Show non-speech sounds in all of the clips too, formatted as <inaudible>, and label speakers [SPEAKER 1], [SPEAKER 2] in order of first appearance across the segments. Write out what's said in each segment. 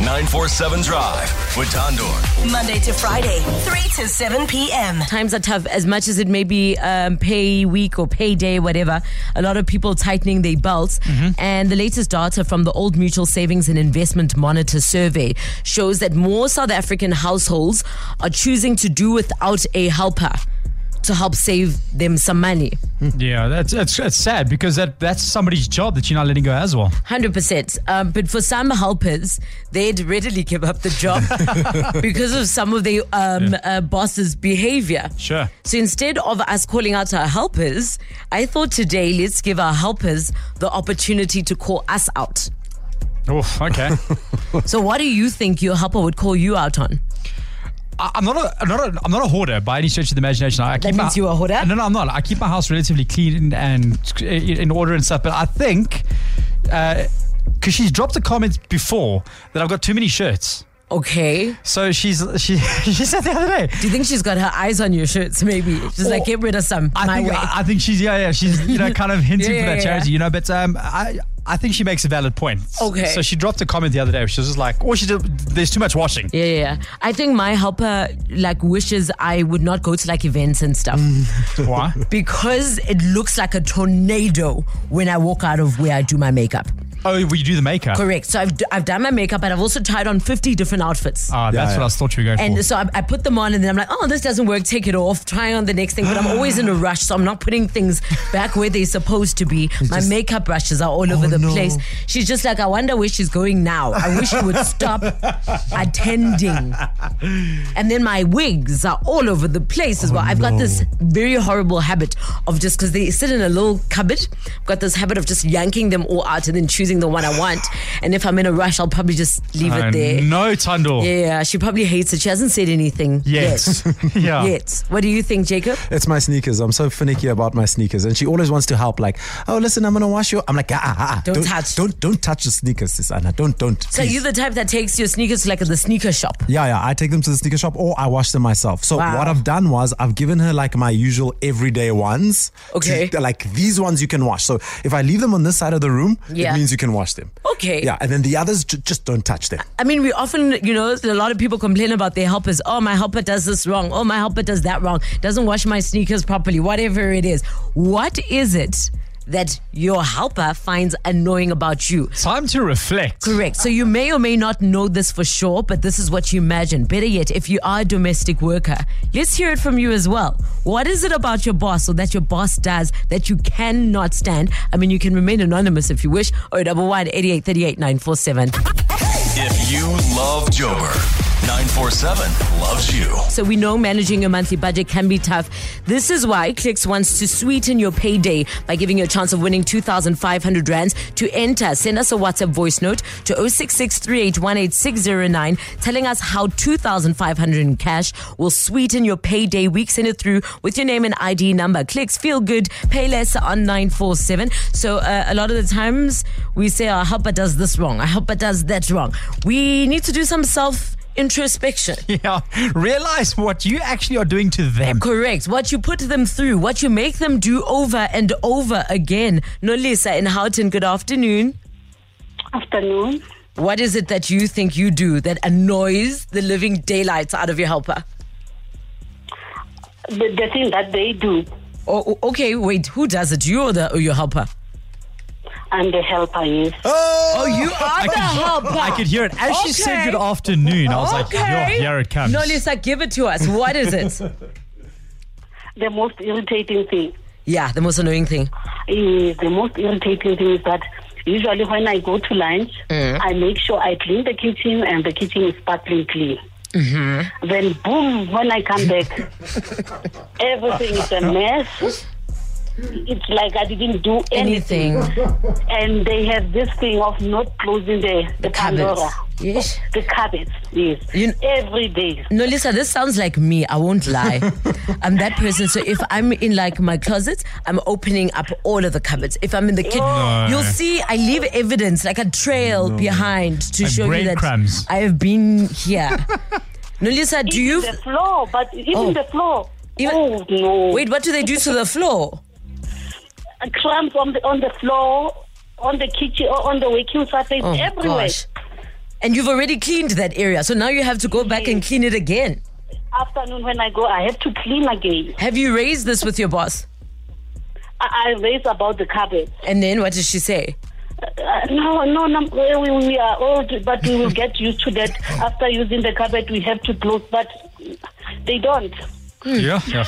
[SPEAKER 1] 947 Drive with Tondor.
[SPEAKER 2] Monday to Friday, 3 to 7 p.m.
[SPEAKER 3] times are tough as much as it may be um, pay week or payday whatever a lot of people tightening their belts and the latest data from the old mutual savings and investment monitor survey shows that more south african households are choosing to do without a helper to help save them some money
[SPEAKER 4] Yeah, that's, that's that's sad because that that's somebody's job that you're not letting go as well.
[SPEAKER 3] 100% um, but for some helpers they'd readily give up the job because of some of their um, uh, boss's behavior
[SPEAKER 4] Sure.
[SPEAKER 3] So instead of us calling out our helpers, I thought today let's give our helpers the opportunity to call us
[SPEAKER 4] <laughs>
[SPEAKER 3] out.
[SPEAKER 4] Oof, okay.
[SPEAKER 3] So what do you think your helper would call you out on?
[SPEAKER 4] <laughs> I- I'm not a I'm not a I'm not a hoarder by any stretch of the imagination. I keep
[SPEAKER 3] means
[SPEAKER 4] my,
[SPEAKER 3] you are a hoarder?
[SPEAKER 4] No, no, I'm not. I keep my house relatively clean and uh, in order and stuff. But I think because she's dropped a comment before that I've got too many shirts.
[SPEAKER 3] Okay.
[SPEAKER 4] So she's she <laughs> she said the other day.
[SPEAKER 3] Do you think she's got her eyes on your shirts? Maybe she's like,
[SPEAKER 4] Or-
[SPEAKER 3] get rid of some
[SPEAKER 4] Oh, I
[SPEAKER 3] my
[SPEAKER 4] think
[SPEAKER 3] way.
[SPEAKER 4] I, I think she's yeah yeah she's
[SPEAKER 3] <laughs>
[SPEAKER 4] you know kind of hinting
[SPEAKER 3] Yeah,
[SPEAKER 4] for
[SPEAKER 3] yeah,
[SPEAKER 4] that
[SPEAKER 3] yeah.
[SPEAKER 4] charity you know but um I. I think she makes a valid point.
[SPEAKER 3] Okay.
[SPEAKER 4] So she dropped a comment the other day. She was just like, "Oh, she did, there's too much washing."
[SPEAKER 3] yeah, yeah, yeah. I think my helper like wishes I would not go to like events and stuff <laughs>
[SPEAKER 4] Mm. Why?
[SPEAKER 3] because it looks like a tornado when I walk out of where I do my makeup.
[SPEAKER 4] Oh, well, you do the makeup.
[SPEAKER 3] Correct. So I've, d- I've done my makeup and I've also tried on 50 different outfits.
[SPEAKER 4] Ah, that's
[SPEAKER 5] Yeah,
[SPEAKER 4] what I
[SPEAKER 5] yeah.
[SPEAKER 4] thought you were going for.
[SPEAKER 3] And so I, I put them on, and then I'm like, oh, this doesn't work. Take it off. Try on the next thing. But I'm always in a rush, so I'm not putting things back where they're supposed to be. My makeup brushes are all over the place. She's just like, I wonder where she's going now. I wish you would stop attending. And then my wigs are all over the place as well. I've got this very horrible habit of just because they sit in a little cupboard. I've got this habit of just yanking them all out and then choosing the one I want. And if I'm in a rush, I'll probably just leave
[SPEAKER 4] Oh,
[SPEAKER 3] it there.
[SPEAKER 4] No, Tundle.
[SPEAKER 3] Yeah, she probably hates it. She hasn't said anything
[SPEAKER 4] Yes.
[SPEAKER 3] yet.
[SPEAKER 4] <laughs> yeah.
[SPEAKER 3] Yet. What do you think, Jacob?
[SPEAKER 5] It's my sneakers. I'm so finicky about my sneakers, and she always wants to help. Like, oh, listen, I'm gonna wash your. I'm like, ah, ah, ah.
[SPEAKER 3] Don't touch.
[SPEAKER 5] Don't don't touch the sneakers, Sisana. Don't don't.
[SPEAKER 3] So
[SPEAKER 5] please."
[SPEAKER 3] you're the type that takes your sneakers to like the sneaker shop.
[SPEAKER 5] Yeah, yeah. I take them to the sneaker shop or I wash them myself. So
[SPEAKER 3] Wow.
[SPEAKER 5] what I've done was I've given her like my usual everyday ones.
[SPEAKER 3] Okay.
[SPEAKER 5] To- like these ones you can wash. So if I leave them on this side of the room,
[SPEAKER 3] Yeah.
[SPEAKER 5] it means you can wash them.
[SPEAKER 3] Okay.
[SPEAKER 5] Yeah, and then the others j- just don't touch them.
[SPEAKER 3] I mean, we often, you know, a lot of people complain about their helpers. Oh, my helper does this wrong. Oh, my helper does that wrong. Doesn't wash my sneakers properly. Whatever it is. What is it that your helper finds annoying about you?
[SPEAKER 4] Time to reflect.
[SPEAKER 3] Correct. So you may or may not know this for sure, but this is what you imagine. Better yet, if you are a domestic worker, let's hear it from you as well. What is it about your boss or that your boss does that you cannot stand? I mean, you can remain anonymous if you wish. Or double one eighty eight thirty eight nine four seven.
[SPEAKER 1] If you love Joburg, 947 loves you.
[SPEAKER 3] So we know managing your monthly budget can be tough. This is why Clicks wants to sweeten your payday by giving you a chance of winning 2,500 rands to enter. Send us a WhatsApp voice note to 0663818609 telling us how 2,500 in cash will sweeten your payday week. Send it through with your name and ID number. Clicks feel good, pay less on 947. So uh, a lot of the times we say, "Oh, our helper does this wrong, our helper does that wrong. We need to do some self introspection.
[SPEAKER 4] <laughs> Yeah. Realize what you actually are doing to them.
[SPEAKER 3] Correct. What you put them through, what you make them do over and over again. Nolisa in Houghton, good afternoon.
[SPEAKER 6] Afternoon.
[SPEAKER 3] What is it that you think you do that annoys the living daylights out of your helper?
[SPEAKER 6] The, the thing that they do,
[SPEAKER 3] Oh, o- okay, wait, who does it? You or, the, or your helper?
[SPEAKER 6] I'm the helper, yes.
[SPEAKER 3] Oh, you are the helper.
[SPEAKER 4] I could hear it. As she said
[SPEAKER 3] Okay.
[SPEAKER 4] good afternoon, I was like,
[SPEAKER 3] Okay.
[SPEAKER 4] yeah, here it comes.
[SPEAKER 3] Nolisa, give it to us. What is
[SPEAKER 4] <laughs>
[SPEAKER 3] it?
[SPEAKER 6] The most irritating thing
[SPEAKER 3] yeah, the most annoying thing.
[SPEAKER 6] is the most irritating thing is that usually when I go to lunch, I make sure I clean the kitchen and the kitchen is sparkling clean. Mm-hmm. Then boom, when I come back, everything is a mess. It's like I didn't do anything.
[SPEAKER 3] Anything.
[SPEAKER 6] And they have this thing of not closing the, the,
[SPEAKER 3] Cupboards.
[SPEAKER 6] Pandora.
[SPEAKER 3] Yes.
[SPEAKER 6] The cabinets, yes.
[SPEAKER 3] You-
[SPEAKER 6] Every day.
[SPEAKER 3] No, Lisa, this sounds like me. I won't
[SPEAKER 4] <laughs>
[SPEAKER 3] lie. I'm that person. So if I'm in like my closet, I'm opening up all of the cupboards. If I'm in the kitchen,
[SPEAKER 4] No.
[SPEAKER 3] you'll see I leave evidence, like a trail behind to
[SPEAKER 4] Like
[SPEAKER 3] show you that
[SPEAKER 4] breadcrumbs.
[SPEAKER 3] I have been here.
[SPEAKER 4] <laughs>
[SPEAKER 3] no, Lisa, do you?
[SPEAKER 6] the floor, but even
[SPEAKER 3] Oh.
[SPEAKER 6] the floor.
[SPEAKER 3] Even-
[SPEAKER 6] oh no!
[SPEAKER 3] Wait, what do they do to the floor?
[SPEAKER 6] crumbs on the on the floor, on the kitchen, or on the waking surface,
[SPEAKER 3] Oh
[SPEAKER 6] everywhere.
[SPEAKER 3] gosh. And you've already cleaned that area. So now you have to go back and clean it again.
[SPEAKER 6] Afternoon, when I go, I have to clean again.
[SPEAKER 3] Have you raised this with your boss?
[SPEAKER 6] I, I raise about the carpet.
[SPEAKER 3] And then what did she say?
[SPEAKER 6] Uh, no, no, no, we, we are old, but we will get used
[SPEAKER 3] <laughs>
[SPEAKER 6] to that. After using the carpet, we have to close, but they don't.
[SPEAKER 4] Yeah. yeah.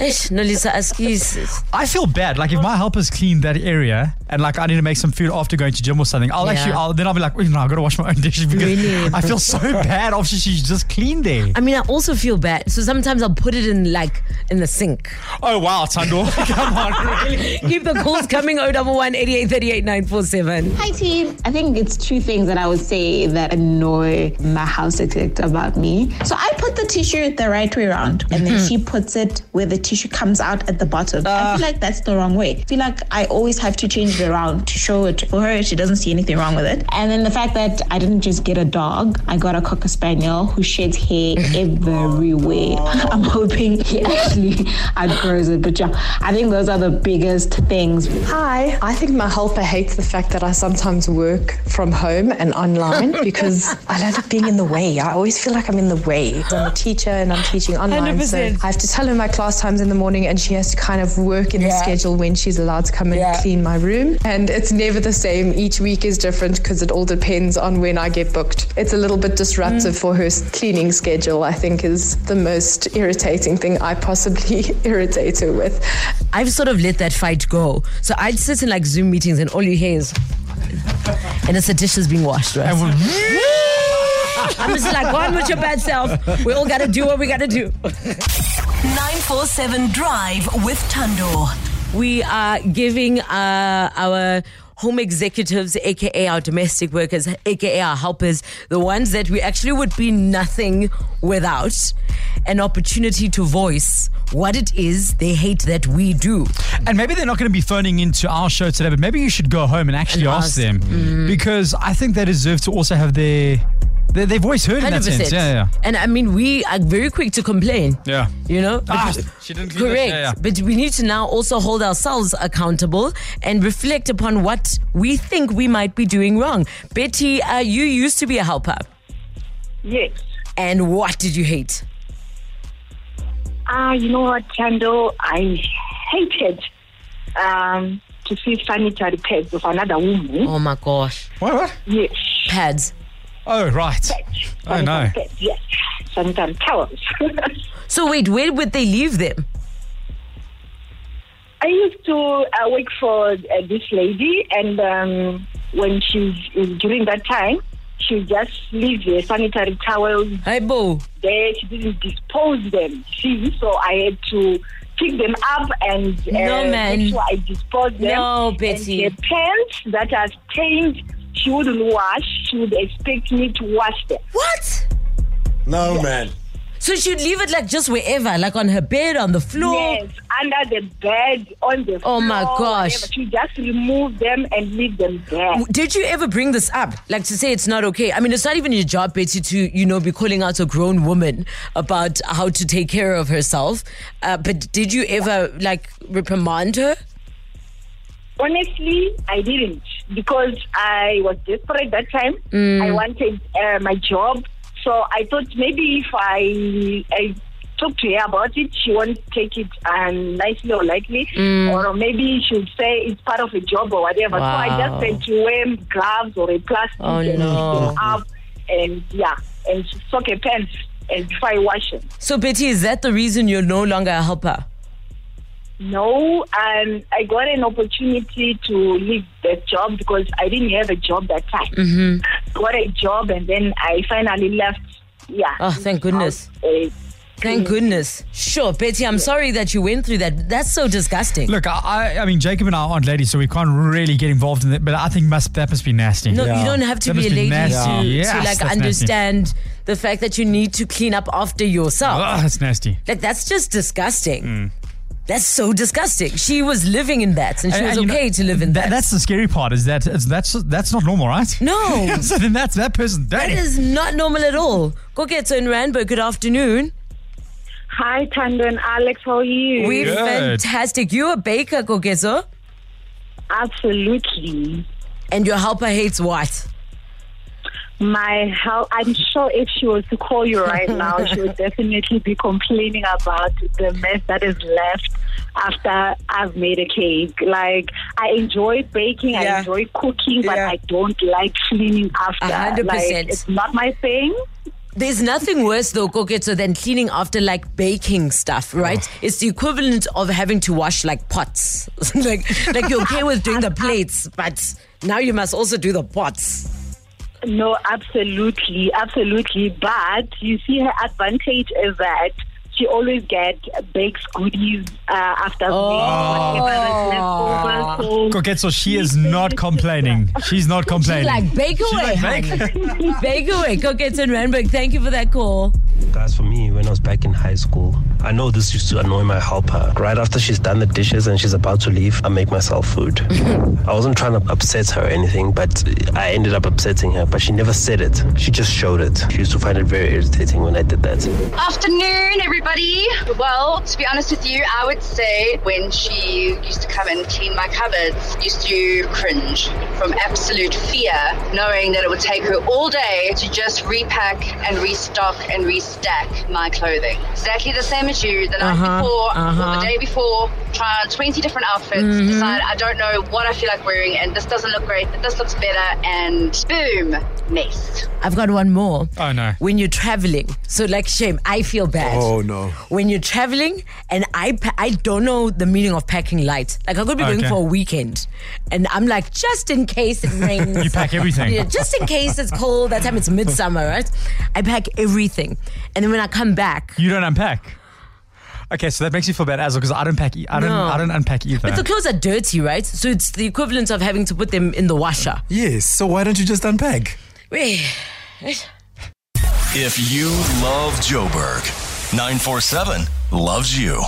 [SPEAKER 3] Eish, no, Lisa, excuses.
[SPEAKER 4] I feel bad. Like if my helpers clean that area and like I need to make some food after going to gym or something, I'll
[SPEAKER 3] Yeah.
[SPEAKER 4] actually I'll then I'll be like, oh, no, I gotta wash my own dishes because
[SPEAKER 3] Really?
[SPEAKER 4] I
[SPEAKER 3] <laughs>
[SPEAKER 4] feel so bad after she's just cleaned there.
[SPEAKER 3] I mean, I also feel bad. So sometimes I'll put it in like in the sink. <laughs>
[SPEAKER 4] Oh wow, Tando. <laughs> Come on, really?
[SPEAKER 3] Keep the calls coming oh, 011 8838 947.
[SPEAKER 7] Hi, team. I think it's two things that I would say that annoy my house architect about me. So I put the tissue the right way around, and then she puts it where the tissue comes out at the bottom. I feel like that's the wrong way. I feel like I always have to change it around to show it for her. She doesn't see anything wrong with it. And then the fact that I didn't just get a dog, I got a cocker spaniel who sheds hair everywhere. I'm hoping he actually outgrows it. But yeah, I think those are the biggest things.
[SPEAKER 8] Hi, I think my helper hates the fact that I sometimes work from home and
[SPEAKER 3] <laughs>
[SPEAKER 8] online because I don't like being in the way. I always feel like I'm in the way. I'm a teacher and I'm teaching online, so
[SPEAKER 3] 100%.
[SPEAKER 8] I have to tell her my class times in the morning, and she has to kind of work in the
[SPEAKER 3] Yeah.
[SPEAKER 8] schedule when she's allowed to come and
[SPEAKER 3] Yeah.
[SPEAKER 8] clean my room. And it's never the same. Each week is different because it all depends on when I get booked. It's a little bit disruptive
[SPEAKER 3] Mm.
[SPEAKER 8] for her s- cleaning schedule. I think is the most irritating thing I possibly <laughs> irritate her with.
[SPEAKER 3] I've sort of let that fight go. So I'd sit in like Zoom meetings and all you hear is, and it's the dishes being washed, right?
[SPEAKER 4] And we'll-
[SPEAKER 3] I'm just like, go on with your bad self. We all got to do what we got to do.
[SPEAKER 2] 947 Drive with Tando.
[SPEAKER 3] We are giving uh, our home executives, aka our domestic workers, aka our helpers, the ones that we actually would be nothing without, an opportunity to voice what it is they hate that we do.
[SPEAKER 4] And maybe they're not going to be phoning into our show today, but maybe you should go home and actually
[SPEAKER 3] And
[SPEAKER 4] ask,
[SPEAKER 3] ask. Mm.
[SPEAKER 4] them because I think they deserve to also have their their, their voice heard in
[SPEAKER 3] 100%.
[SPEAKER 4] that sense. Yeah,
[SPEAKER 3] And I mean, we are very quick to complain.
[SPEAKER 4] yeah, yeah.
[SPEAKER 3] You know?
[SPEAKER 4] Ah,
[SPEAKER 3] But-
[SPEAKER 4] she didn't clean this.
[SPEAKER 3] Correct.
[SPEAKER 4] Yeah, yeah.
[SPEAKER 3] But we need to now also hold ourselves accountable and reflect upon what we think we might be doing wrong. Betty, uh, you used to be a helper.
[SPEAKER 6] Yes.
[SPEAKER 3] And what did you hate?
[SPEAKER 6] Ah, you know what, Chando? I hated um, to see sanitary pads of another woman.
[SPEAKER 3] Oh my gosh.
[SPEAKER 4] What? What?
[SPEAKER 6] Yes.
[SPEAKER 3] Pads.
[SPEAKER 4] Oh, right. Oh no.
[SPEAKER 6] Sanitary pads, yes. Sanitary towels.
[SPEAKER 3] So wait, where would they leave them?
[SPEAKER 6] <laughs> I used to uh, work for uh, this lady, and um, when she's during that time, she just leave the sanitary towels
[SPEAKER 3] Hey, Bo.
[SPEAKER 6] there. She didn't dispose them. See, so I had to pick them up and uh,
[SPEAKER 3] No, man.
[SPEAKER 6] make sure I dispose them.
[SPEAKER 3] No, Betty.
[SPEAKER 6] And the pants that are stained, she wouldn't wash. She would expect me to wash them.
[SPEAKER 3] What?
[SPEAKER 9] No, man.
[SPEAKER 3] So she'd leave it like just wherever, like on her bed, on the floor.
[SPEAKER 6] Yes, under the bed, on the
[SPEAKER 3] Oh,
[SPEAKER 6] floor.
[SPEAKER 3] my gosh.
[SPEAKER 6] whatever. She just remove them and leave them there.
[SPEAKER 3] Did you ever bring this up? Like to say it's not okay? I mean, it's not even your job, Betty, to, you know, be calling out a grown woman about how to take care of herself. Uh, but did you ever, like, reprimand her?
[SPEAKER 6] Honestly, I didn't because I was desperate that time.
[SPEAKER 3] Mm.
[SPEAKER 6] I wanted uh, my job, so I thought maybe if I I talk to her about it, she won't take it um, nicely or lightly,
[SPEAKER 3] Mm.
[SPEAKER 6] or maybe she'll say it's part of a job or whatever. So I
[SPEAKER 3] Wow.
[SPEAKER 6] just said to wear gloves or a plastic
[SPEAKER 3] Oh,
[SPEAKER 6] and
[SPEAKER 3] no.
[SPEAKER 6] pick them up and yeah, and soak a pants and try washing.
[SPEAKER 3] So, Betty, is that the reason you're no longer a helper?
[SPEAKER 6] No, um, I got an opportunity to leave that job because I didn't have a job that time.
[SPEAKER 3] Mm-hmm.
[SPEAKER 6] Got a job and then I finally left. Yeah.
[SPEAKER 3] Oh, thank goodness.
[SPEAKER 6] Uh,
[SPEAKER 3] Thank goodness. Sure, Betty, I'm sorry that you went through that. That's so disgusting.
[SPEAKER 4] Look, I, I, I mean, Jacob and I aren't ladies, so we can't really get involved in that. But I think must that must be nasty.
[SPEAKER 3] No,
[SPEAKER 5] Yeah.
[SPEAKER 3] you don't have to be
[SPEAKER 4] That
[SPEAKER 3] a
[SPEAKER 4] must be
[SPEAKER 3] lady
[SPEAKER 4] nasty.
[SPEAKER 3] to,
[SPEAKER 4] Yes,
[SPEAKER 3] to
[SPEAKER 4] that's
[SPEAKER 3] like
[SPEAKER 4] nasty.
[SPEAKER 3] understand the fact that you need to clean up after yourself.
[SPEAKER 4] Ugh, Oh, Mm. that's nasty.
[SPEAKER 3] Like that's just disgusting. That's so disgusting. She was living in that, and she was
[SPEAKER 4] And- and you
[SPEAKER 3] okay
[SPEAKER 4] know,
[SPEAKER 3] to live in that.
[SPEAKER 4] That's the scary part. Is that it's, that's that's not normal, right?
[SPEAKER 3] No.
[SPEAKER 4] <laughs> so then that's that person.
[SPEAKER 3] that
[SPEAKER 4] <laughs>
[SPEAKER 3] is not normal at all. Go get her in Randburg. Good afternoon.
[SPEAKER 6] hi, Tando and Alex. How are you?
[SPEAKER 3] We're
[SPEAKER 4] Good.
[SPEAKER 3] fantastic. You're a baker, Kogezo,
[SPEAKER 6] Absolutely.
[SPEAKER 3] and your helper hates what?
[SPEAKER 6] my health. I'm sure if she was to call you right now, she would definitely be complaining about the mess that is left after I've made a cake. Like I enjoy baking,
[SPEAKER 10] Yeah.
[SPEAKER 6] I enjoy cooking, but
[SPEAKER 10] Yeah.
[SPEAKER 6] I don't like cleaning after.
[SPEAKER 3] A hundred
[SPEAKER 6] Like
[SPEAKER 3] percent.
[SPEAKER 6] it's not my thing.
[SPEAKER 3] There's nothing worse though, Koketso, than cleaning after like baking stuff, right? It's the equivalent of having to wash like pots. <laughs> like like you're okay with doing the plates, but now you must also do the pots.
[SPEAKER 6] No, absolutely, absolutely. But you see, her advantage is that she always get bakes goodies uh, after oh. whatever is left over. So
[SPEAKER 4] Coquette, so she is not complaining. She's not complaining.
[SPEAKER 3] She's like bake
[SPEAKER 4] She's
[SPEAKER 3] away.
[SPEAKER 4] like, "Bake."
[SPEAKER 3] honey. <laughs> bake away. Koketso and Randburg, thank you for that call.
[SPEAKER 8] Guys, for me, when I was back in high school, I know this used to annoy my helper. Right after she's done the dishes and she's about to leave, I make myself food. I wasn't trying to upset her or anything, but I ended up upsetting her. But she never said it, she just showed it. She used to find it very irritating when I did that.
[SPEAKER 11] Afternoon, everybody. Well, to be honest with you, I would say when she used to come and clean my cupboards, used to cringe from absolute fear, knowing that it would take her all day to just repack and restock and restack my clothing. Exactly the same as you. The night
[SPEAKER 12] Uh-huh,
[SPEAKER 11] before, or
[SPEAKER 12] uh-huh.
[SPEAKER 11] the day before, try on 20 different outfits,
[SPEAKER 12] Mhm.
[SPEAKER 11] decide I don't know what I feel like wearing, and this doesn't look great, but this looks better, and boom, mess.
[SPEAKER 3] I've got one more.
[SPEAKER 4] Oh no.
[SPEAKER 3] When you're traveling, so like shame, I feel bad.
[SPEAKER 4] Oh, no.
[SPEAKER 3] When you're traveling, and I pa- I don't know the meaning of packing light. Like I could be going
[SPEAKER 4] Okay.
[SPEAKER 3] for a weekend, and I'm like just in case it rains.
[SPEAKER 4] <laughs> You pack everything.
[SPEAKER 3] Yeah, just in case it's cold. That time it's midsummer, right? I pack everything, and then when I come back,
[SPEAKER 4] You don't unpack. Okay, so that makes you feel bad as well because I don't pack. E- I don't.
[SPEAKER 3] No.
[SPEAKER 4] I don't unpack either.
[SPEAKER 3] but the clothes are dirty, right? So it's the equivalent of having to put them in the washer.
[SPEAKER 5] Yes. So why don't you just unpack?
[SPEAKER 3] Wait.
[SPEAKER 1] If you love Joburg, 947 loves you.